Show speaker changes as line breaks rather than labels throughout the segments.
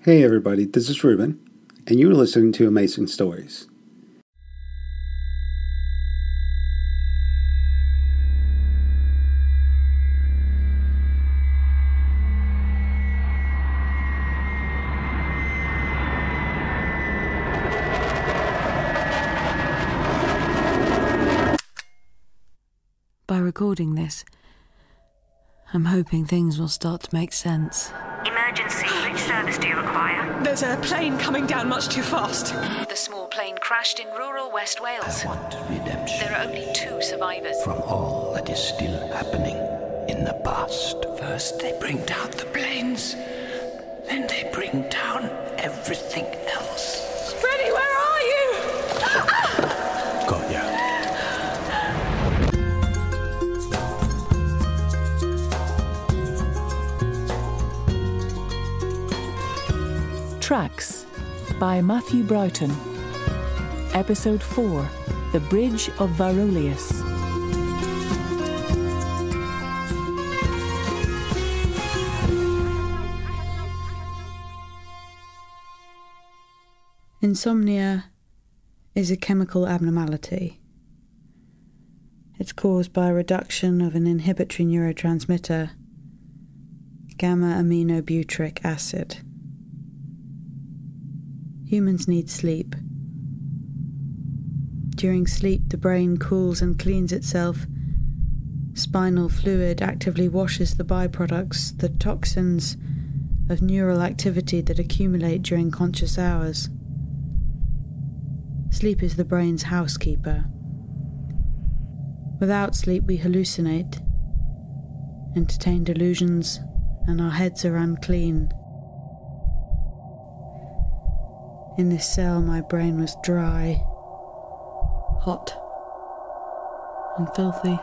Hey, everybody, this is Ruben, and you're listening to Amazing Stories.
By recording this, I'm hoping things will start to make sense.
Emergency. Which service do you require?
There's a plane coming down much too fast.
The small plane crashed in rural West Wales.
I want redemption
There are only two survivors.
from all that is still happening in the past.
First they bring down the planes, then they bring down everything else.
Freddy, where are you?
Got ya.
Tracks by Matthew Broughton. Episode 4 The Bridge of Varolius.
Insomnia is a chemical abnormality. It's caused by a reduction of an inhibitory neurotransmitter, gamma aminobutyric acid. Humans need sleep. During sleep, the brain cools and cleans itself. Spinal fluid actively washes the byproducts, the toxins of neural activity that accumulate during conscious hours. Sleep is the brain's housekeeper. Without sleep, we hallucinate, entertain delusions, and our heads are unclean. In this cell, my brain was dry, hot, and filthy.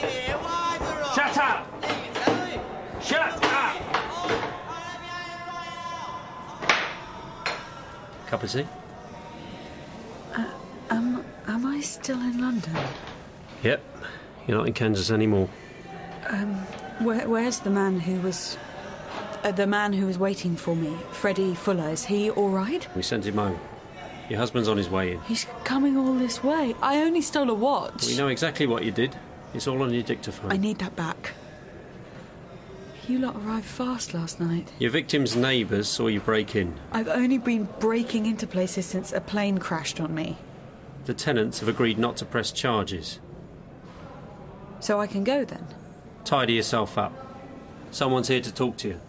Shut up! Shut up!
Cup of tea?
Am, am I still in London?
Yep. You're not in Kansas anymore.
Where, where's the man who was. Uh, the man who was waiting for me? Freddy Fuller. Is he all right?
We sent him home. Your husband's on his way in.
He's coming all this way. I only stole a watch.
We know exactly what you did. It's all on your dictaphone.
I need that back.
You lot arrived fast last night.
Your victim's neighbours saw you break in.
I've only been breaking into places since a plane crashed on me.
The tenants have agreed not to press charges.
So I can go then.
Tidy yourself up. Someone's here to talk to you.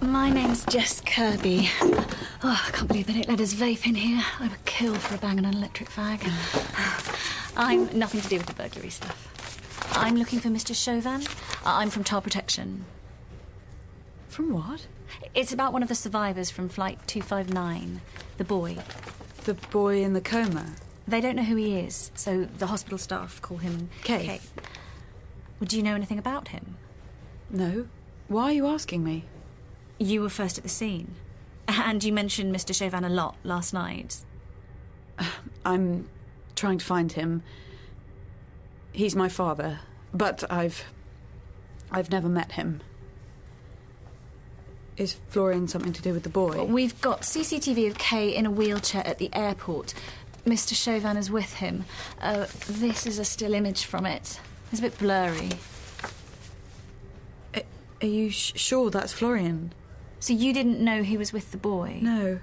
My name's Jess Kirby. Oh, I can't believe they didn't let us vape in here. I would kill for a bang on an electric fag. I'm nothing to do with the burglary stuff. I'm looking for Mr. Chauvin. I- I'm from Child Protection.
From what?
It's about one of the survivors from Flight 259, the boy.
The boy in the coma.
They don't know who he is, so the hospital staff call him
Kay.
Kay. Would you know anything about him?
No. Why are you asking me?
You were first at the scene. And you mentioned Mr. Chauvin a lot last night.
I'm trying to find him. He's my father, but I've. I've never met him. Is Florian something to do with the boy?
We've got CCTV of Kay in a wheelchair at the airport. Mr. Chauvin is with him. Uh, this is a still image from it. It's a bit blurry.
Are you sh- sure that's Florian?
So you didn't know he was with the boy?
No.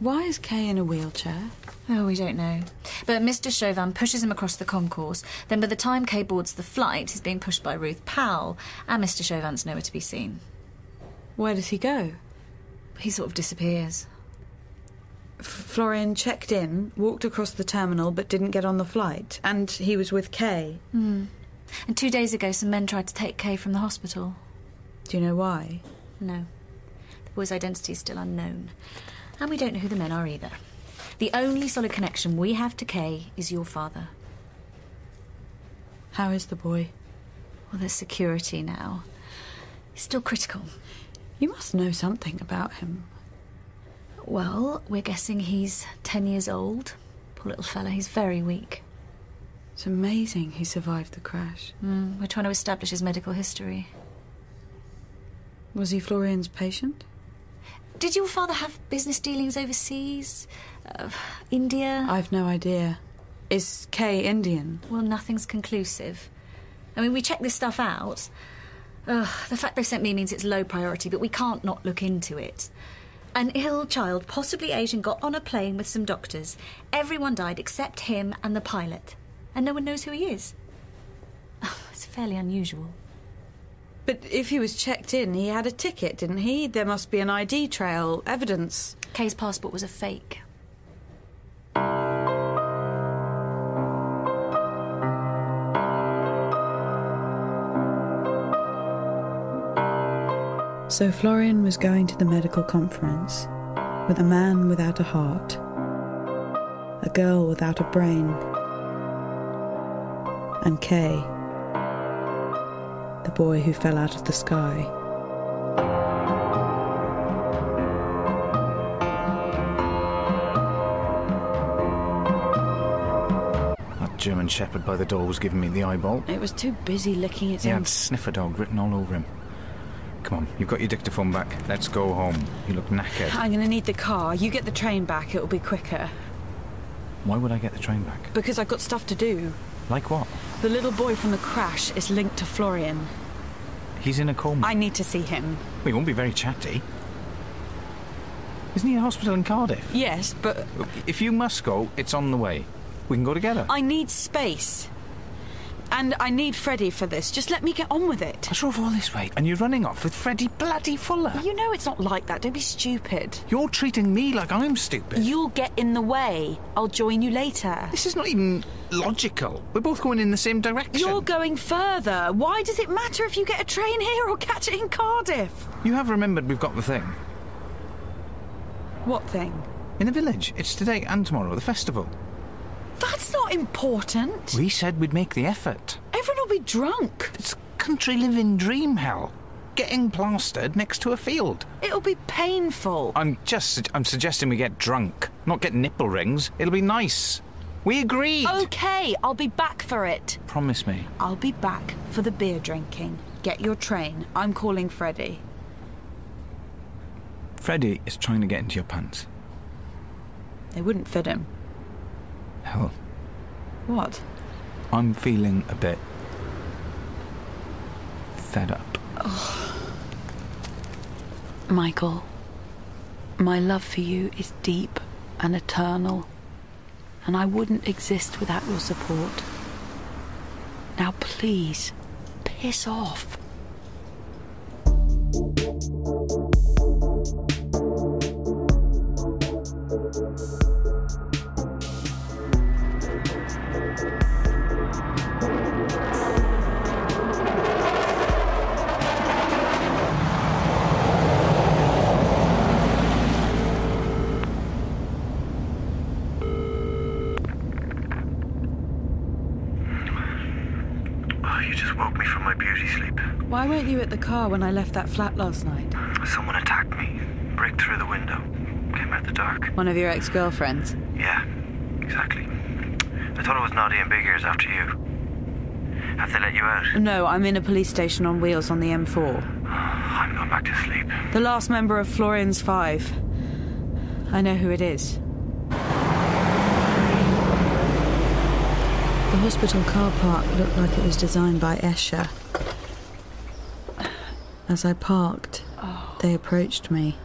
Why is Kay in a wheelchair?
Oh, we don't know. But Mr. Chauvin pushes him across the concourse. Then, by the time Kay boards the flight, he's being pushed by Ruth Powell, and Mr. Chauvin's nowhere to be seen.
Where does he go?
He sort of disappears.
Florian checked in, walked across the terminal, but didn't get on the flight. And he was with Kay.
And two days ago, some men tried to take Kay from the hospital.
Do you know why?
No. The boy's identity is still unknown. And we don't know who the men are either. The only solid connection we have to Kay is your father.
How is the boy?
Well, there's security now. He's still critical.
You must know something about him.
Well, we're guessing he's 10 years old. Poor little fella, he's very weak.
It's amazing he survived the crash.
Mm, we're trying to establish his medical history.
Was he Florian's patient?
Did your father have business dealings overseas? Uh, India?
I've no idea. Is Kay Indian?
Well, nothing's conclusive. I mean, we check this stuff out. Ugh, the fact they sent me means it's low priority, but we can't not look into it. An ill child, possibly Asian, got on a plane with some doctors. Everyone died except him and the pilot, and no one knows who he is. Oh, it's fairly unusual.
But if he was checked in, he had a ticket, didn't he? There must be an ID trail, evidence.
Kay's passport was a fake.
So Florian was going to the medical conference with a man without a heart, a girl without a brain, and Kay, the boy who fell out of the sky.
That German shepherd by the door was giving me the eyeball.
It was too busy licking its
He
own
had sniffer dog written all over him. Come on, you've got your dictaphone back. Let's go home. You look knackered.
I'm going to need the car. You get the train back, it'll be quicker.
Why would I get the train back?
Because I've got stuff to do.
Like what?
The little boy from the crash is linked to Florian.
He's in a coma.
I need to see him.
Well, he won't be very chatty. Isn't he in hospital in Cardiff?
Yes, but
If you must go, it's on the way. We can go together.
I need space. And I need Freddy for this. Just let me get on with it.
I drove all this way. And you're running off with Freddie bloody Fuller.
You know it's not like that. Don't be stupid.
You're treating me like I'm stupid.
You'll get in the way. I'll join you later.
This is not even logical. We're both going in the same direction.
You're going further. Why does it matter if you get a train here or catch it in Cardiff?
You have remembered we've got the thing.
What thing?
In the village. It's today and tomorrow, the festival.
That's not important.
We said we'd make the effort.
Everyone will be drunk.
It's country living dream hell. Getting plastered next to a field.
It'll be painful.
I'm just. sug- I'm suggesting we get drunk, not get nipple rings. It'll be nice. We agreed.
Oh. Okay, I'll be back for it.
Promise me.
I'll be back for the beer drinking. Get your train. I'm calling Freddy.
Freddie is trying to get into your pants.
They wouldn't fit him.
Hell,
What?
I'm feeling a bit. fed up.
Michael, my love for you is deep and eternal, and I wouldn't exist without your support. Now, please, piss off.
Oh, you just woke me from my beauty sleep.
Why weren't you at the car when I left that flat last night?
Someone attacked me. Break through the window. Came out the dark.
One of your ex girlfriends.
Yeah, exactly. I thought it was Naughty and Big Ears after you. Have they let you out?
No, I'm in a police station on wheels on the M4.
I'm going back to sleep.
The last member of Florian's Five. I know who it is.
The hospital car park looked like it was designed by Escher. As I parked,
Oh.
they approached me.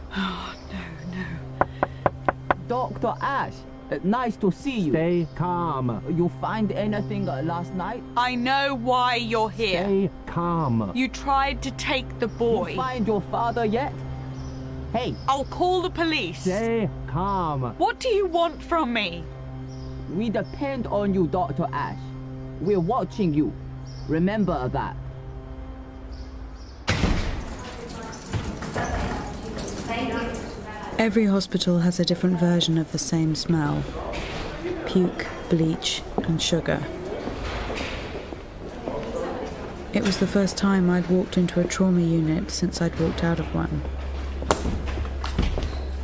Dr. Ash, uh, nice to see you. Stay calm. You find anything uh, last night?
I know why you're here.
Stay calm.
You tried to take the boy.
You find your father yet? Hey.
I'll call the police.
Stay calm.
What do you want from me?
We depend on you, Dr. Ash. We're watching you. Remember that.
Every hospital has a different version of the same smell puke, bleach, and sugar. It was the first time I'd walked into a trauma unit since I'd walked out of one.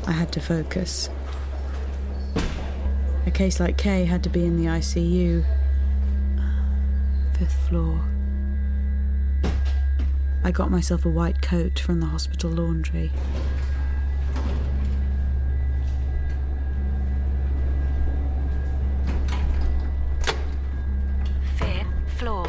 I had to focus. A case like Kay had to be in the ICU, fifth floor. I got myself a white coat from the hospital laundry.
Fifth floor.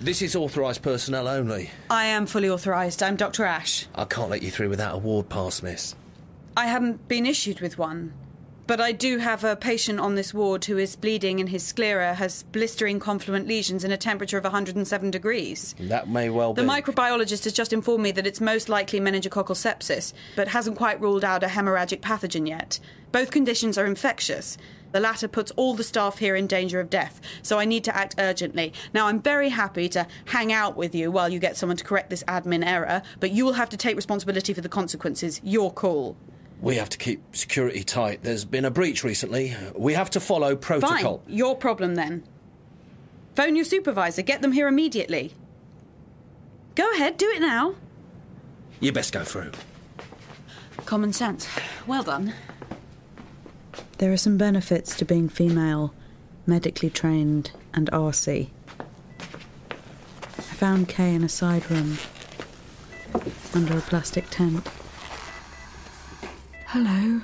This is authorised personnel only.
I am fully authorised. I'm Dr. Ash.
I can't let you through without a ward pass, miss.
I haven't been issued with one. But I do have a patient on this ward who is bleeding in his sclera, has blistering confluent lesions, and a temperature of 107 degrees.
That may well
The
be.
microbiologist has just informed me that it's most likely meningococcal sepsis, but hasn't quite ruled out a hemorrhagic pathogen yet. Both conditions are infectious. The latter puts all the staff here in danger of death, so I need to act urgently. Now, I'm very happy to hang out with you while you get someone to correct this admin error, but you will have to take responsibility for the consequences. Your call.
we have to keep security tight. There's been a breach recently. We have to follow protocol.
Fine, your problem then. Phone your supervisor, get them here immediately. Go ahead, do it now.
You best go through.
Common sense. Well done.
There are some benefits to being female, medically trained, and RC. I found Kay in a side room, under a plastic tent.
Hello.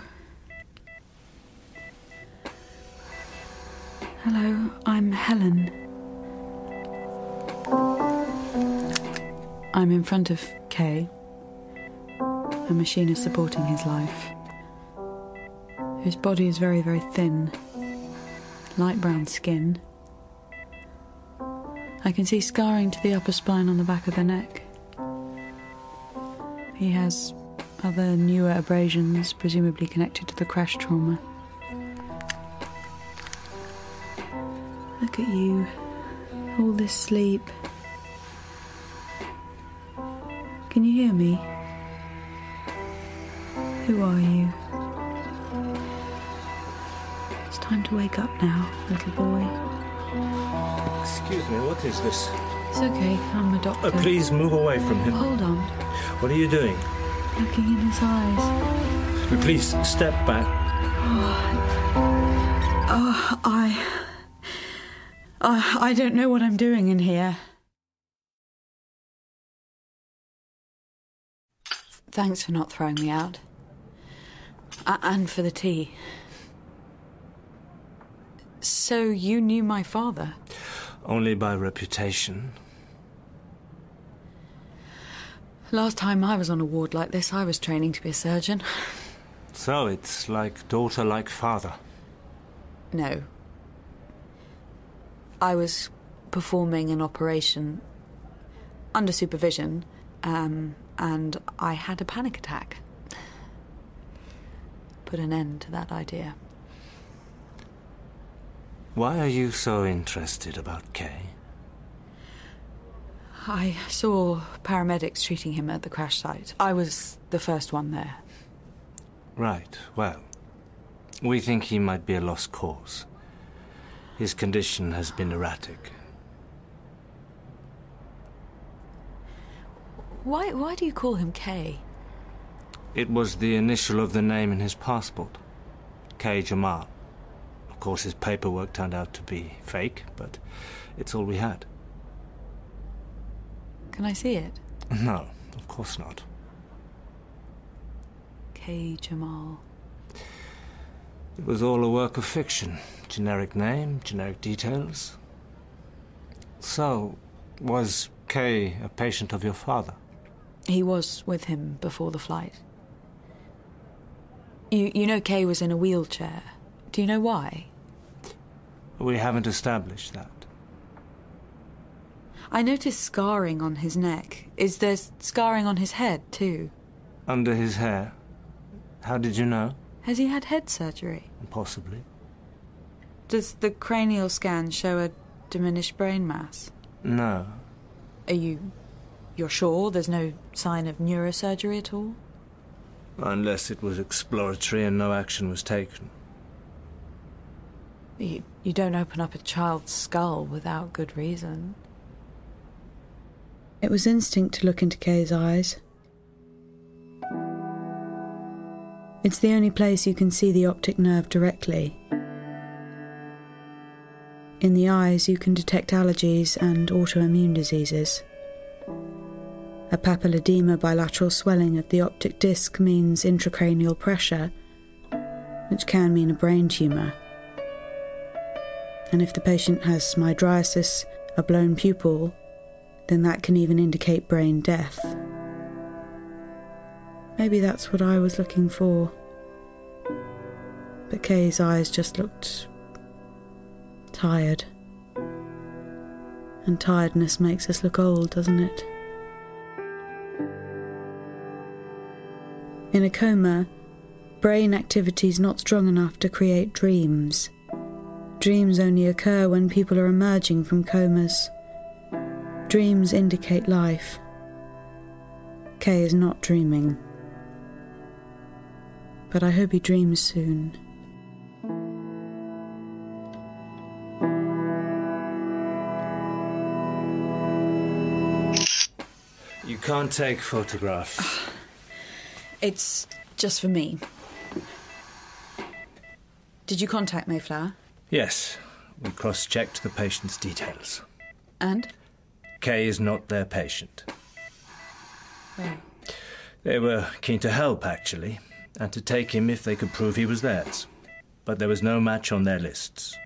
Hello, I'm Helen.
I'm in front of Kay. A machine is supporting his life. His body is very, very thin, light brown skin. I can see scarring to the upper spine on the back of the neck. He has other newer abrasions, presumably connected to the crash trauma. Look at you, all this sleep. Can you hear me? Who are you? It's time to wake up now, little boy.
Excuse me, what is this?
It's okay, I'm a doctor.
Uh, please move away from him.
Hold on,
What are you doing?
looking in his eyes.
Please step back.
Oh, I. I I don't know what I'm doing in here.
Thanks for not throwing me out. A- and for the tea. So you knew my father?
Only by reputation.
Last time I was on a ward like this, I was training to be a surgeon.
So it's like daughter, like father.
No. I was performing an operation under supervision, um, and I had a panic attack. Put an end to that idea.
Why are you so interested about Kay?
I saw paramedics treating him at the crash site. I was the first one there.
Right, well, we think he might be a lost cause. His condition has been erratic.
Why, why do you call him Kay?
It was the initial of the name in his passport K. Jamal. Of course, his paperwork turned out to be fake, but it's all we had.
Can I see it?
No, of course not.
Kay Jamal.
It was all a work of fiction. Generic name, generic details. So, was K a patient of your father?
He was with him before the flight. You, you know, Kay was in a wheelchair. Do you know why?
We haven't established that.
I noticed scarring on his neck. Is there s- scarring on his head, too?
Under his hair. How did you know?
Has he had head surgery?
Possibly.
Does the cranial scan show a diminished brain mass?
No.
Are you you're sure there's no sign of neurosurgery at all?
Unless it was exploratory and no action was taken.
You, you don't open up a child's skull without good reason.
It was instinct to look into Kay's eyes. It's the only place you can see the optic nerve directly. In the eyes, you can detect allergies and autoimmune diseases. A papilledema bilateral swelling of the optic disc means intracranial pressure, which can mean a brain tumour. And if the patient has smydriasis, a blown pupil, then that can even indicate brain death. Maybe that's what I was looking for. But Kay's eyes just looked tired. And tiredness makes us look old, doesn't it? In a coma, brain activity is not strong enough to create dreams. Dreams only occur when people are emerging from comas. Dreams indicate life. Kay is not dreaming. But I hope he dreams soon.
You can't take photographs.
It's just for me. Did you contact Mayflower?
yes, we cross checked the patient's details.
And?
Kay is not their patient.
Oh.
They were keen to help, actually, and to take him if they could prove he was theirs. But there was no match on their lists.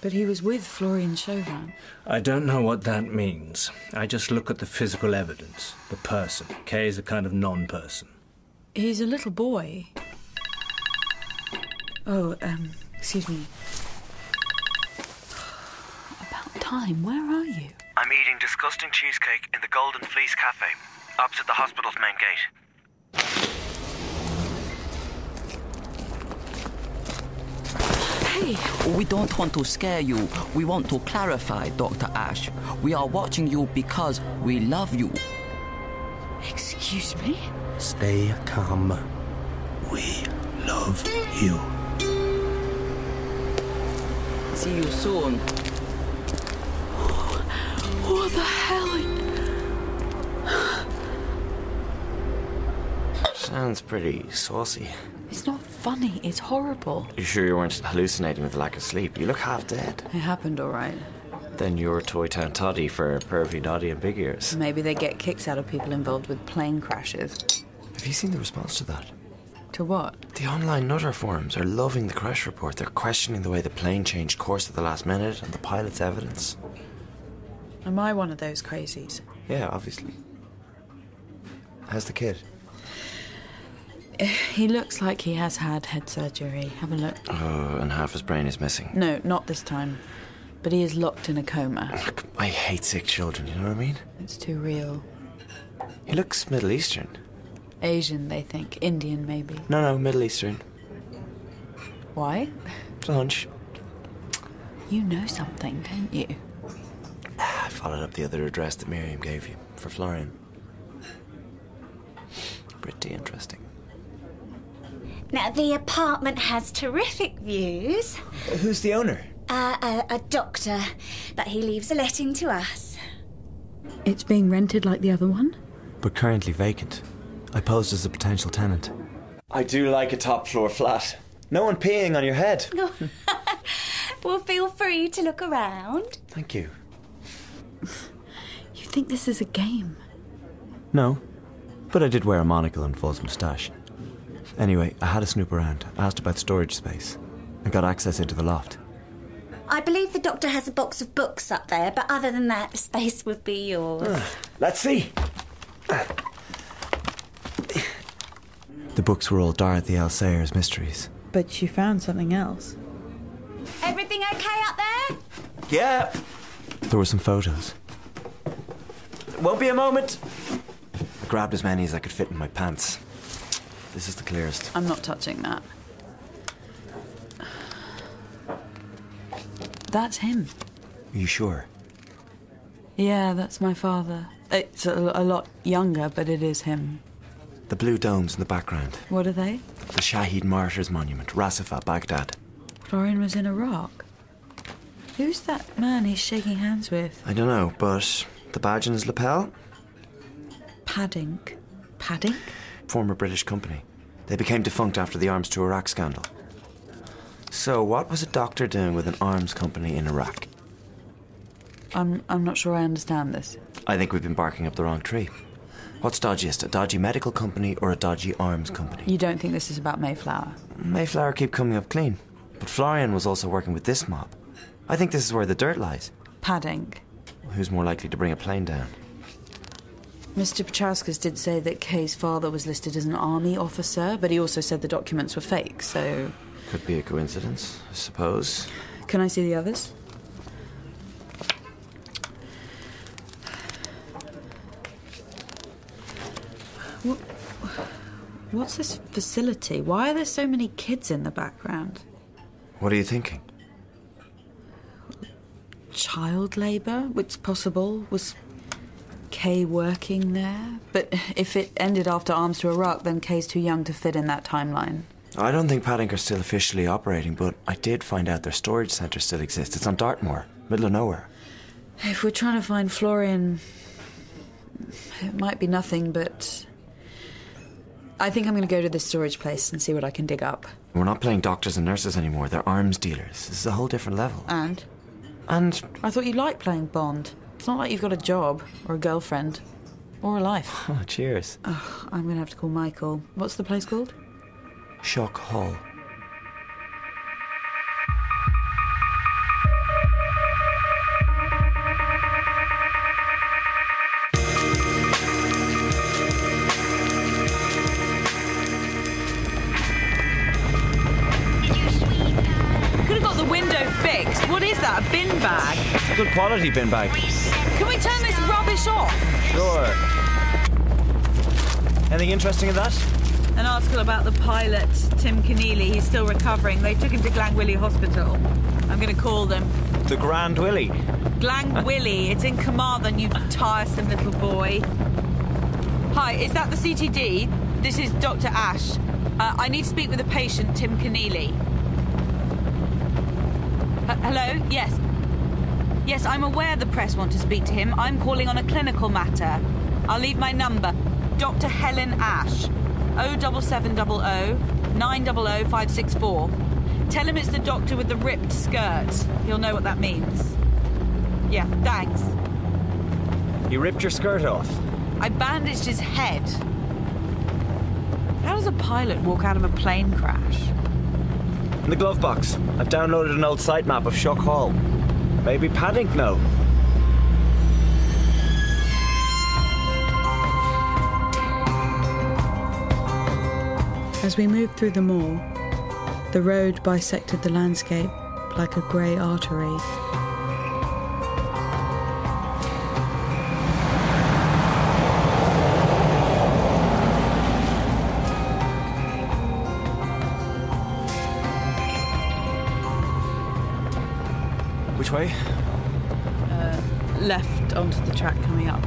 But he was with Florian Chauvin.
I don't know what that means. I just look at the physical evidence, the person. Kay is a kind of non person.
He's a little boy. Oh, um, excuse me.
About time, where are you?
I'm eating disgusting cheesecake in the Golden Fleece Cafe, opposite the hospital's main gate.
Hey, we don't want to scare you. We want to clarify, Dr. Ash. We are watching you because we love you.
Excuse me?
Stay calm. We love you.
See you soon.
What the hell?
Sounds pretty saucy.
It's not funny, it's horrible.
You sure you weren't hallucinating with lack of sleep? You look half dead.
It happened all right.
Then you're Toy Town Toddy for pervy, naughty, and big ears.
Maybe they get kicks out of people involved with plane crashes.
Have you seen the response to that?
To what?
The online nutter forums are loving the crash report. They're questioning the way the plane changed course at the last minute and the pilot's evidence.
Am I one of those crazies?
Yeah, obviously. How's the kid?
He looks like he has had head surgery. Have a look.
Oh, and half his brain is missing.
No, not this time. But he is locked in a coma.
I hate sick children, you know what I mean?
It's too real.
He looks Middle Eastern.
Asian, they think. Indian, maybe.
No, no, Middle Eastern.
Why?
It's a hunch.
You know something, don't you?
I followed up the other address that Miriam gave you for Florian. Pretty interesting.
Now, the apartment has terrific views.
Who's the owner?
Uh, a, a doctor, but he leaves a letting to us.
It's being rented like the other one?
But currently vacant. I posed as a potential tenant. I do like a top floor flat. No one peeing on your head.
Well, feel free to look around.
Thank you.
You think this is a game?
No, but I did wear a monocle and false moustache. Anyway, I had a snoop around, asked about storage space, and got access into the loft.
I believe the doctor has a box of books up there, but other than that, the space would be yours.
Let's see. The books were all Dorothy L. Sayers mysteries.
But she found something else.
Everything okay up there?
Yeah. There were some photos. Won't be a moment. I grabbed as many as I could fit in my pants. This is the clearest.
I'm not touching that.
That's him.
Are you sure?
Yeah, that's my father. It's a, a lot younger, but it is him.
The blue domes in the background.
What are they?
The Shahid Martyrs Monument, Rasafat, Baghdad.
Florian was in Iraq. Who's that man he's shaking hands with?
I don't know, but the badge in his lapel?
Padding. Padding?
Former British company. They became defunct after the arms to Iraq scandal. So, what was a doctor doing with an arms company in Iraq?
I'm, I'm not sure I understand this.
I think we've been barking up the wrong tree. What's dodgiest, a dodgy medical company or a dodgy arms company?
You don't think this is about Mayflower?
Mayflower keep coming up clean, but Florian was also working with this mob. I think this is where the dirt lies.
Padding.
Who's more likely to bring a plane down?
Mr. Petrauskas did say that Kay's father was listed as an army officer, but he also said the documents were fake, so.
Could be a coincidence, I suppose.
Can I see the others? What, what's this facility? Why are there so many kids in the background?
What are you thinking?
Child labour? It's possible. Was Kay working there? But if it ended after Arms to Iraq, then Kay's too young to fit in that timeline.
I don't think Paddinger's still officially operating, but I did find out their storage centre still exists. It's on Dartmoor, middle of nowhere.
If we're trying to find Florian, it might be nothing, but. I think I'm going to go to this storage place and see what I can dig up.
We're not playing doctors and nurses anymore, they're arms dealers. This is a whole different level.
And?
And
I thought you liked playing Bond. It's not like you've got a job or a girlfriend or a life.
Oh, cheers.
Ugh, I'm going to have to call Michael. What's the place called?
Shock Hall.
Could have got the window fixed. What is that? A bin bag?
It's a good quality bin bag.
Can we turn this rubbish off?
Sure. Anything interesting in that?
An article about the pilot, Tim Keneally. He's still recovering. They took him to Glangwilly Hospital. I'm going to call them.
The Grand Willy.
Glangwilly. it's in Carmarthen, you tiresome little boy. Hi, is that the CTD? This is Dr. Ash. Uh, I need to speak with a patient, Tim Keneally. Uh, hello? Yes. Yes, I'm aware the press want to speak to him. I'm calling on a clinical matter. I'll leave my number. Dr. Helen Ash, 07700 900564. Tell him it's the doctor with the ripped skirt. He'll know what that means. Yeah, thanks.
You ripped your skirt off.
I bandaged his head. How does a pilot walk out of a plane crash?
In the glove box, I've downloaded an old site map of Shock Hall. Maybe Paddington. No.
As we moved through the mall, the road bisected the landscape like a grey artery.
Which way?
Uh, left onto the track coming up.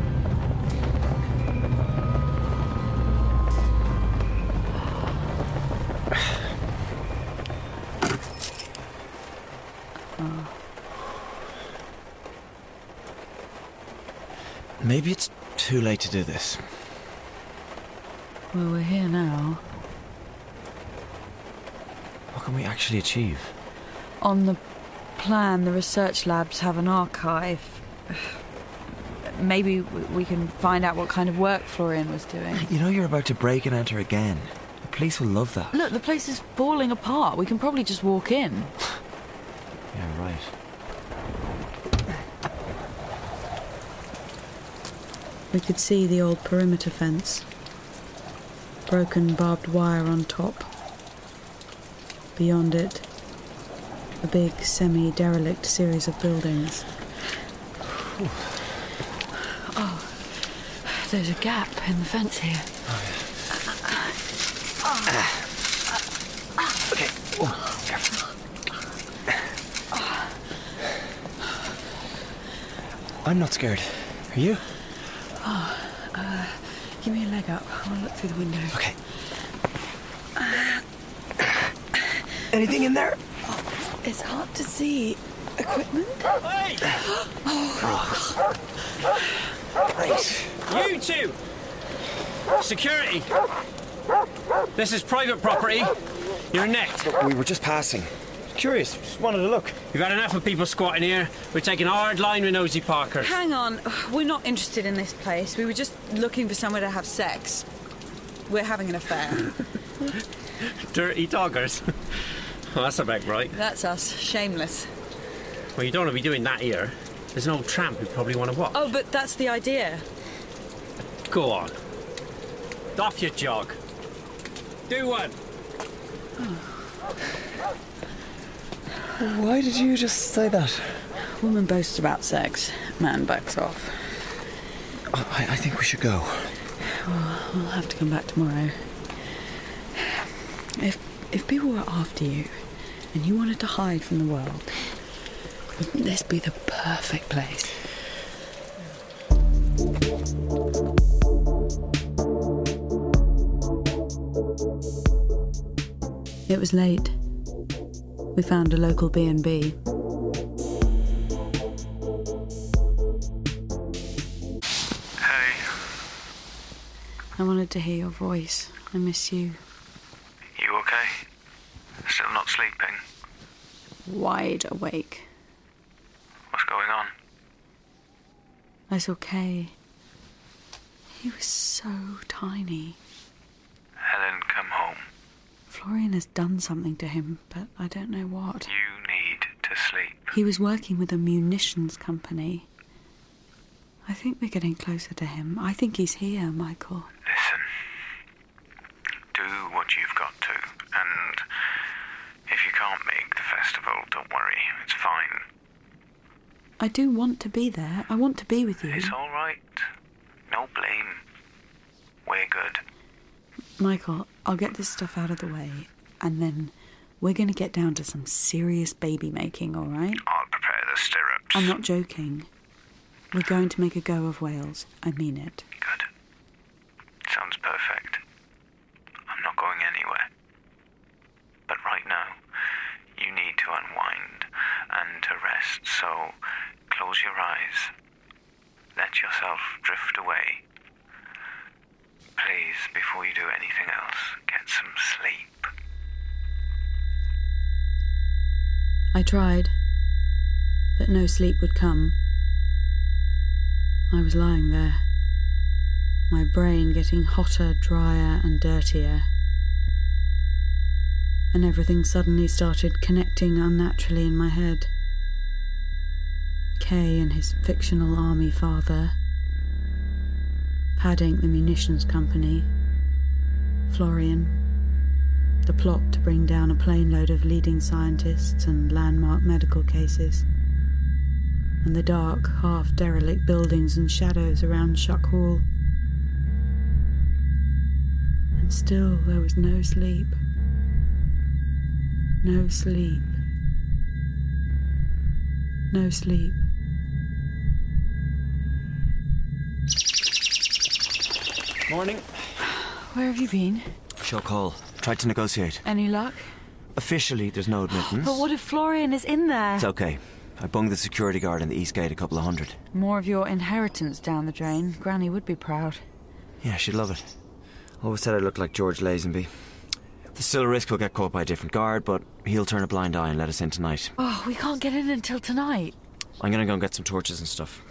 Maybe it's too late to do this.
Well, we're here now.
What can we actually achieve?
On the plan, the research labs have an archive. Maybe w- we can find out what kind of work Florian was doing.
You know you're about to break and enter again. The police will love that.
Look, the place is falling apart. We can probably just walk in.
Yeah, right.
We could see the old perimeter fence, broken barbed wire on top. Beyond it, a big semi derelict series of buildings.
Oh, there's a gap in the fence here.
Okay.
I'm not scared. Are you?
Oh, uh, give me a leg up. I'll look through the window.
Okay. Anything in there?
It's hard to see equipment.
You two! Security! This is private property. You're necked.
We were just passing.
Curious, just wanted to look. We've had enough of people squatting here. We're taking a hard line with Nosy Parker.
Hang on, we're not interested in this place. We were just looking for somewhere to have sex. We're having an affair.
Dirty doggers. Well, that's about right.
That's us. Shameless.
Well, you don't want to be doing that here. There's an old tramp who probably want to watch.
Oh, but that's the idea.
Go on. Off your jog. Do one.
Why did you just say that? Woman boasts about sex, man backs off.
I, I think we should go.
Oh, Well, we'll have to come back tomorrow. If if people were after you and you wanted to hide from the world, wouldn't this be the perfect place? It was late. We found a local B&B.
Hey,
I wanted to hear your voice. I miss you.
you okay? Still not sleeping?
Wide awake.
What's going on?
I saw Kay. He was so tiny.
Helen, come home.
Florian has done something to him, but I don't know what.
You need to sleep.
He was working with a munitions company. I think we're getting closer to him. I think he's here, Michael.
Listen. Do what you've got to. And if you can't make the festival, don't worry. It's fine.
I do want to be there. I want to be with you.
It's all right. No blame. We're good.
Michael, I'll get this stuff out of the way, and then we're going to get down to some serious baby making, all right?
I'll prepare the stirrups.
I'm not joking. We're going to make a go of Wales. I mean it.
Sounds perfect. I'm not going anywhere. But right now, you need to unwind and to rest, so close your eyes. Let yourself drift away. Please, before you do anything else, get some sleep.
I tried, but no sleep would come. I was lying there, my brain getting hotter, drier, and dirtier. And everything suddenly started connecting unnaturally in my head. Kay and his fictional army father, Padding the munitions company, Florian, the plot to bring down a plane load of leading scientists and landmark medical cases and the dark, half derelict buildings and shadows around Shuck Hall. And still there was no sleep. No sleep. No sleep.
Morning.
Where have you been?
Shock Hall. Tried to negotiate. Hmm?
Any luck?
Officially, there's no admittance.
But what if Florian is in there?
It's okay. I bunged the security guard in the east gate a couple of hundred.
More of your inheritance down the drain. Granny would be proud.
Yeah, she'd love it. Always said I looked like George Lazenby. There's still a risk we'll get caught by a different guard, but he'll turn a blind eye and let us in tonight.
Oh, we can't get in until tonight.
I'm gonna go and get some torches and stuff.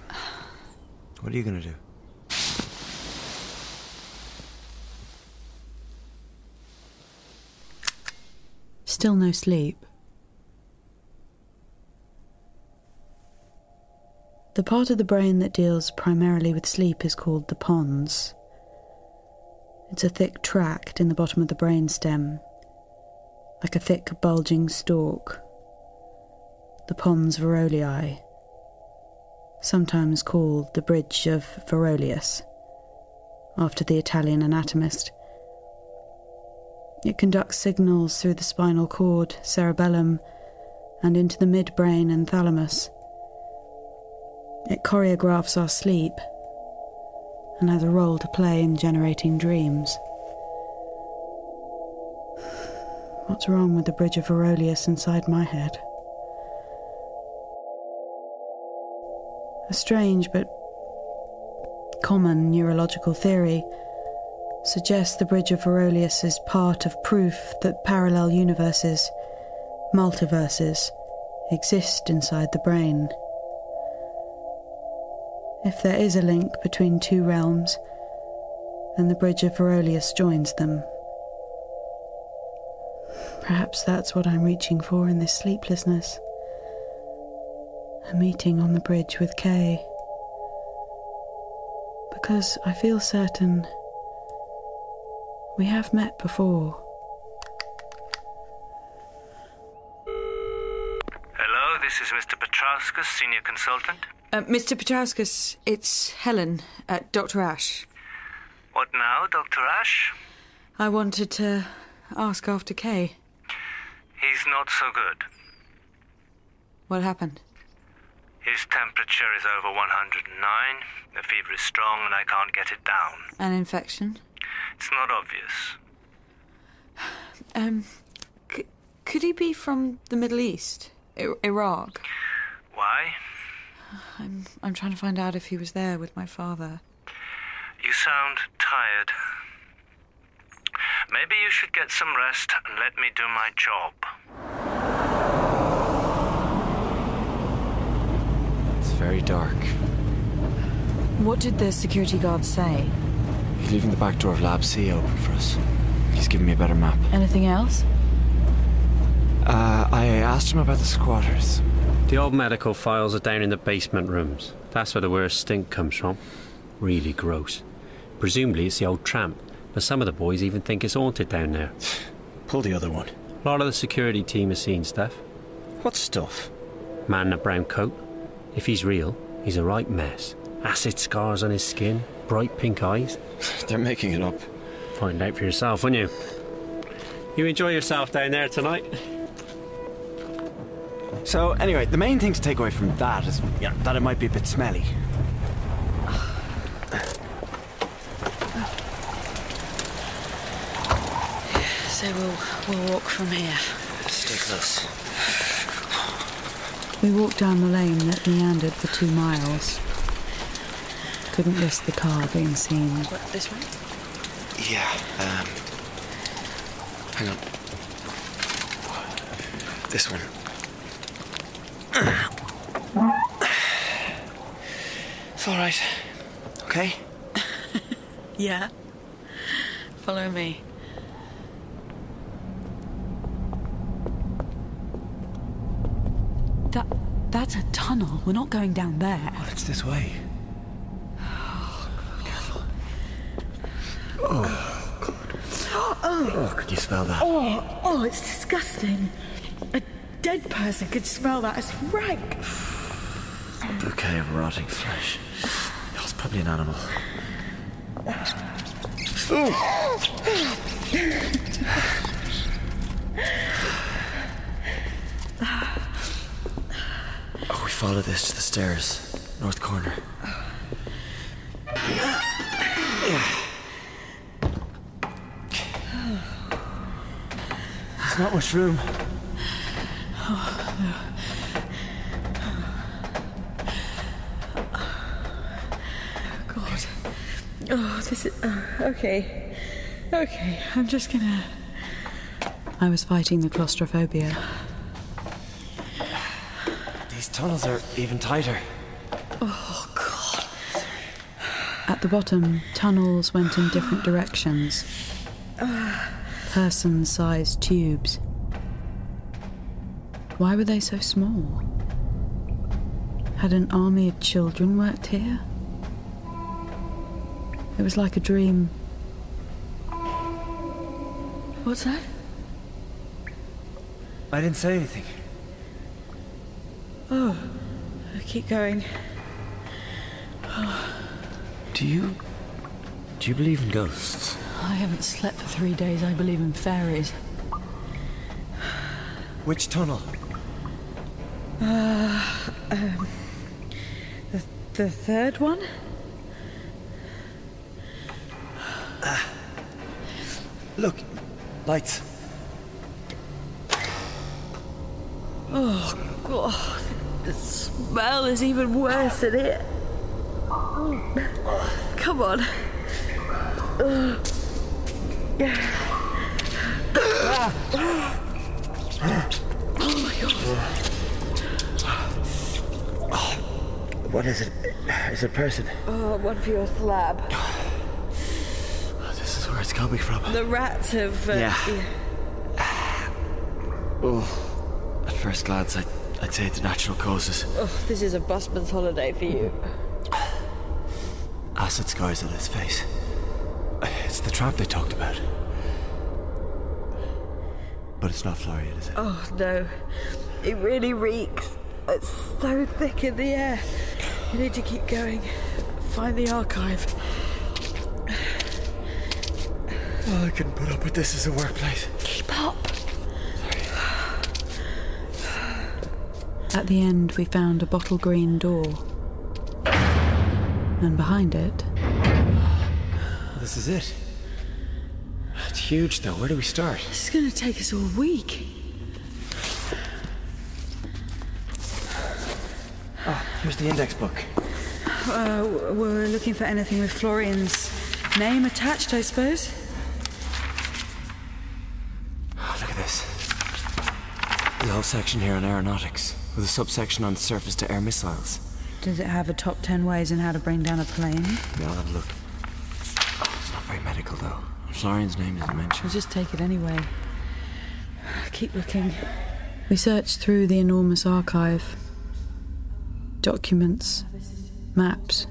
What are you gonna do?
Still no sleep. The part of the brain that deals primarily with sleep is called the pons. It's a thick tract in the bottom of the brain stem, like a thick bulging stalk. The pons virolii, sometimes called the bridge of Varolius, after the Italian anatomist. It conducts signals through the spinal cord, cerebellum, and into the midbrain and thalamus. It choreographs our sleep and has a role to play in generating dreams. What's wrong with the bridge of Verolius inside my head? A strange but common neurological theory suggests the Bridge of Verolius is part of proof that parallel universes, multiverses, exist inside the brain. If there is a link between two realms, then the Bridge of Verolius joins them. Perhaps that's what I'm reaching for in this sleeplessness. A meeting on the bridge with Kay. Because I feel certain we have met before.
Hello, this is Mr. Petrauskas, senior consultant.
Uh, Mr. Petrauskas, it's Helen at Dr. Ash.
What now, Dr. Ash?
I wanted to ask after Kay.
He's not so good.
What happened?
His temperature is over 109, the fever is strong, and I can't get it down.
An infection?
It's not obvious.
Um, c- could he be from the Middle East? I- Iraq?
Why?
I'm, I'm trying to find out if he was there with my father.
You sound tired. Maybe you should get some rest and let me do my job.
It's very dark.
What did the security guard say?
He's leaving the back door of Lab C open for us. He's giving me a better map.
Anything else?
Uh, I asked him about the squatters.
The old medical files are down in the basement rooms. That's where the worst stink comes from. Really gross. Presumably it's the old tramp, but some of the boys even think it's haunted down there.
Pull the other one.
A lot of the security team has seen stuff.
What stuff?
Man in a brown coat. If he's real, he's a right mess. Acid scars on his skin, bright pink eyes.
They're making it up.
Find out for yourself, won't you? You enjoy yourself down there tonight.
So, anyway, the main thing to take away from that is you know, that it might be a bit smelly.
So we'll, we'll walk from here.
Stay close.
We walked down the lane that meandered for two miles. Couldn't risk the car being seen.
What, this way?
Yeah, um. Hang on. This one. It's alright. Okay?
Yeah. Follow me.
That that's a tunnel. We're not going down there.
It's this way.
Oh. Oh, could you smell that?
Oh, oh, it's disgusting. A dead person could smell that. It's rank.
A bouquet of rotting flesh. That was probably an animal. Oh, we follow this to the stairs, north corner. There's not much room.
God. Oh, this is. Uh, okay. Okay, I'm just gonna.
I was fighting the claustrophobia.
These tunnels are even tighter.
Oh, God.
At the bottom, tunnels went in different directions. Person sized tubes. Why were they so small? Had an army of children worked here? It was like a dream.
What's that?
I didn't say anything.
Oh, keep going.
Do you. Do you believe in ghosts?
I haven't slept for three days. I believe in fairies.
Which tunnel?
Uh, um, the, the third one?
Look, lights.
Oh, God. The smell is even worse than it. Come on. Ugh.
What is it? It's a person.
Oh, one for your slab.
This is where it's coming from.
The rats have. Uh,
Yeah. Oh, at first glance, I, I'd say it's natural causes.
Oh, this is a busman's holiday for you.
Acid scars on his face. It's the trap they talked about. But it's not Florian, is it?
Oh no, it really reeks. It's so thick in the air. You need to keep going. Find the archive.
Oh, I couldn't put up with this as a workplace.
Keep up.
At the end, we found a bottle green door. And behind it,
This is it. It's huge, though. Where do we start?
This is going to take us all week.
Ah, here's the index book.
Uh, we're looking for anything with Florian's name attached, I suppose.
Oh, look at this. The whole section here on aeronautics, with a subsection on surface to air missiles.
does it have a top 10 ways on how to bring down a plane?
Yeah, I'll have a look. Oh, it's not very medical, though. Florian's name isn't mentioned.
We'll just take it anyway. Keep looking. We searched through the enormous archive documents, maps,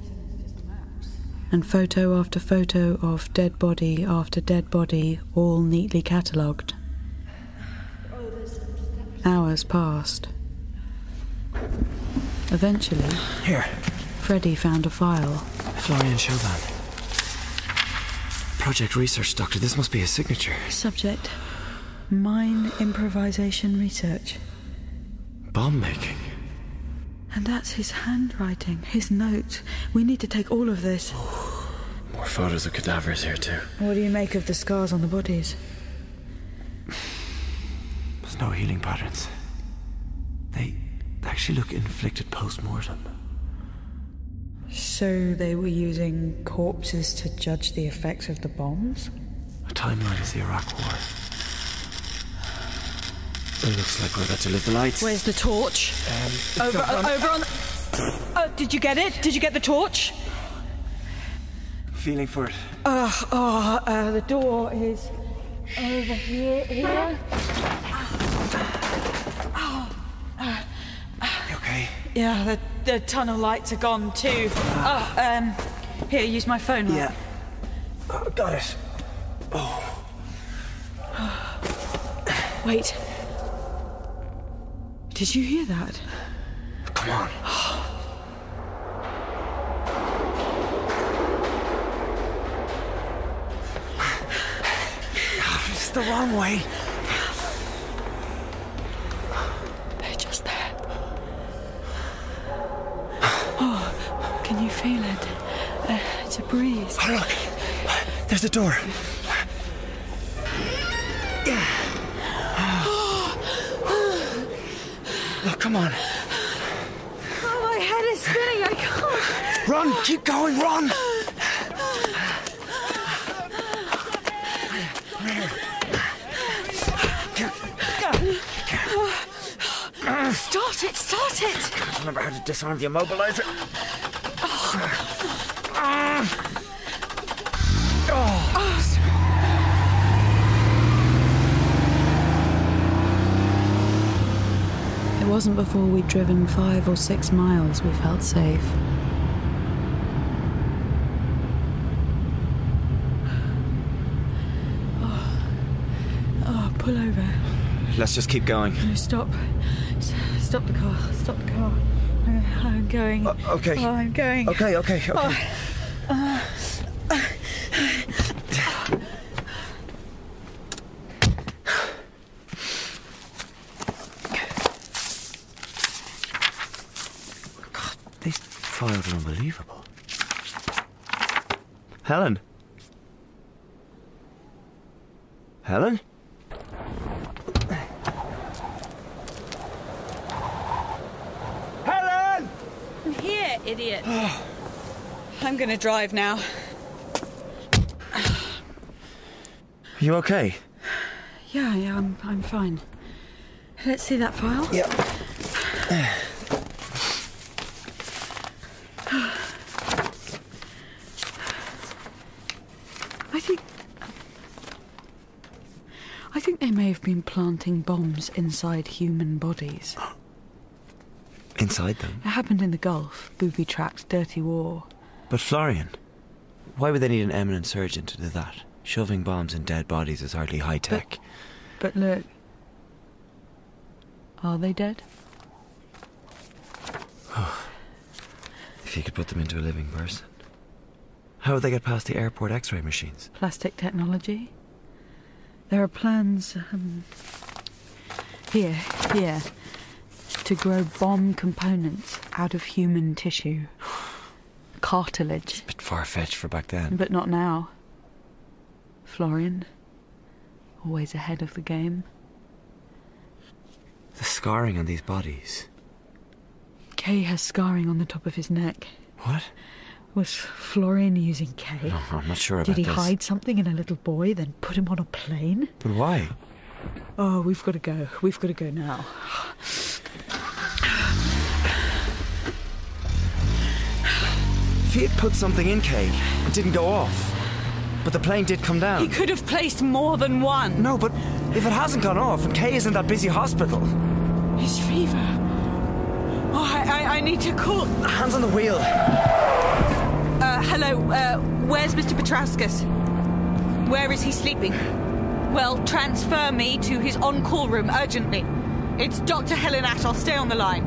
and photo after photo of dead body after dead body, all neatly catalogued. Hours passed. Eventually,
Here.
Freddy found a file.
Florian Chauvin. Project Research Doctor, this must be his signature.
Subject Mine Improvisation Research.
Bomb making.
And that's his handwriting, his notes. We need to take all of this.
More photos of cadavers here, too.
What do you make of the scars on the bodies?
There's no healing patterns. They actually look inflicted post mortem.
So they were using corpses to judge the effects of the bombs?
A timeline is the Iraq War. It looks like we're about to live the lights.
Where's the torch?
Um,
Over, o- over on. Oh, did you get it? Did you get the torch?
Feeling for it.
Oh, oh uh, the door is over here. here. Oh, uh,
okay?
Yeah, the, the tunnel lights are gone too.
Ah.
Oh, um, here, use my phone. Light. Yeah.
Oh, got it. Oh.
Wait. Did you hear that?
Come on. It's the wrong way.
They're just there. Oh, can you feel it? Uh, it's a breeze.
Oh, look. There's a door. Oh, come on.
Oh, my head is spinning. I can't.
Run! Keep going, run!
Start it, start it.
I remember how to disarm the immobilizer.
It wasn't before we'd driven five or six miles we felt safe.
Oh, pull over.
Let's just keep going.
No, stop. S- Stop the car. Stop the car. Uh, I'm going.
okay.
Oh, I'm going.
Okay, okay, okay.
Oh, uh,
These files are unbelievable. Helen? Helen? Helen!
I'm here, idiot.
I'm gonna drive now.
You okay?
Yeah, yeah, I'm, I'm fine. Let's see that file.
Yep.
I think. I think they may have been planting bombs inside human bodies.
Inside them.
It happened in the Gulf, booby trapped, dirty war.
But Florian, why would they need an eminent surgeon to do that? Shoving bombs in dead bodies is hardly high tech.
But look. Are they dead?
If you could put them into a living person. How would they get past the airport x ray machines?
Plastic technology? There are plans. Um, here, here. To grow bomb components out of human tissue. Cartilage.
Bit far fetched for back then.
But not now. Florian. Always ahead of the game.
The scarring on these bodies.
Kay has scarring on the top of his neck.
What?
Was Florian using Kay?
No, I'm not sure
Did
about
he
this.
hide something in a little boy, then put him on a plane?
But why?
Oh, we've got to go. We've got to go now.
If he had put something in Kay, it didn't go off. But the plane did come down.
He could have placed more than one.
No, but if it hasn't gone off and Kay is in that busy hospital.
His fever. Oh, I, I, I need to call.
Hands on the wheel.
Uh, hello. Uh, where's Mr. Petrauskas? Where is he sleeping? Well, transfer me to his on-call room urgently. It's Dr. Helen Ash. I'll stay on the line.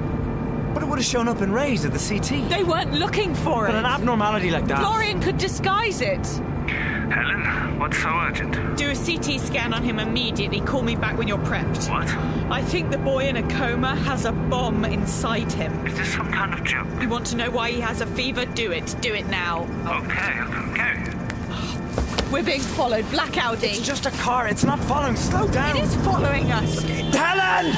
But it would have shown up in rays at the CT.
They weren't looking for
But an
it.
abnormality like that.
Florian could disguise it.
Helen, what's so urgent?
Do a CT scan on him immediately. Call me back when you're prepped. What? I think the boy in a coma has a bomb inside him.
Is this some kind of joke?
You want to know why he has a fever? Do it. Do it now.
Okay, okay.
We're being followed. Black Audi. It's
just a car. It's not following. Slow down.
It is following us.
Helen!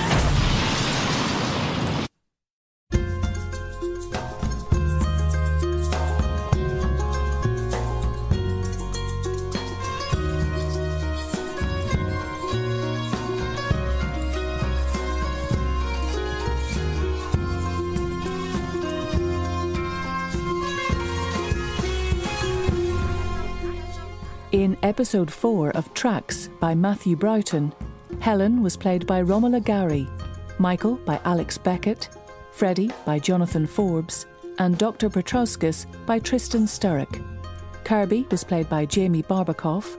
In episode 4 of Tracks by Matthew Broughton, Helen was played by Romola Gary, Michael by Alex Beckett, Freddie by Jonathan Forbes, and Dr. Petrauskas by Tristan Sturrock. Kirby was played by Jamie Barbakoff,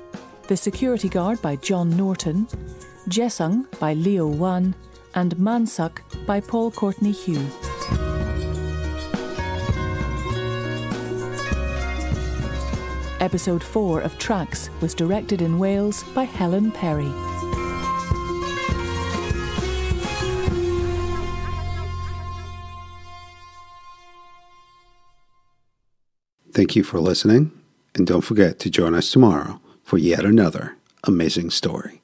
the security guard by John Norton, Jessung by Leo Wan, and Mansuk by Paul Courtney Hume. Episode 4 of Tracks was directed in Wales by Helen Perry.
Thank you for listening, and don't forget to join us tomorrow for yet another amazing story.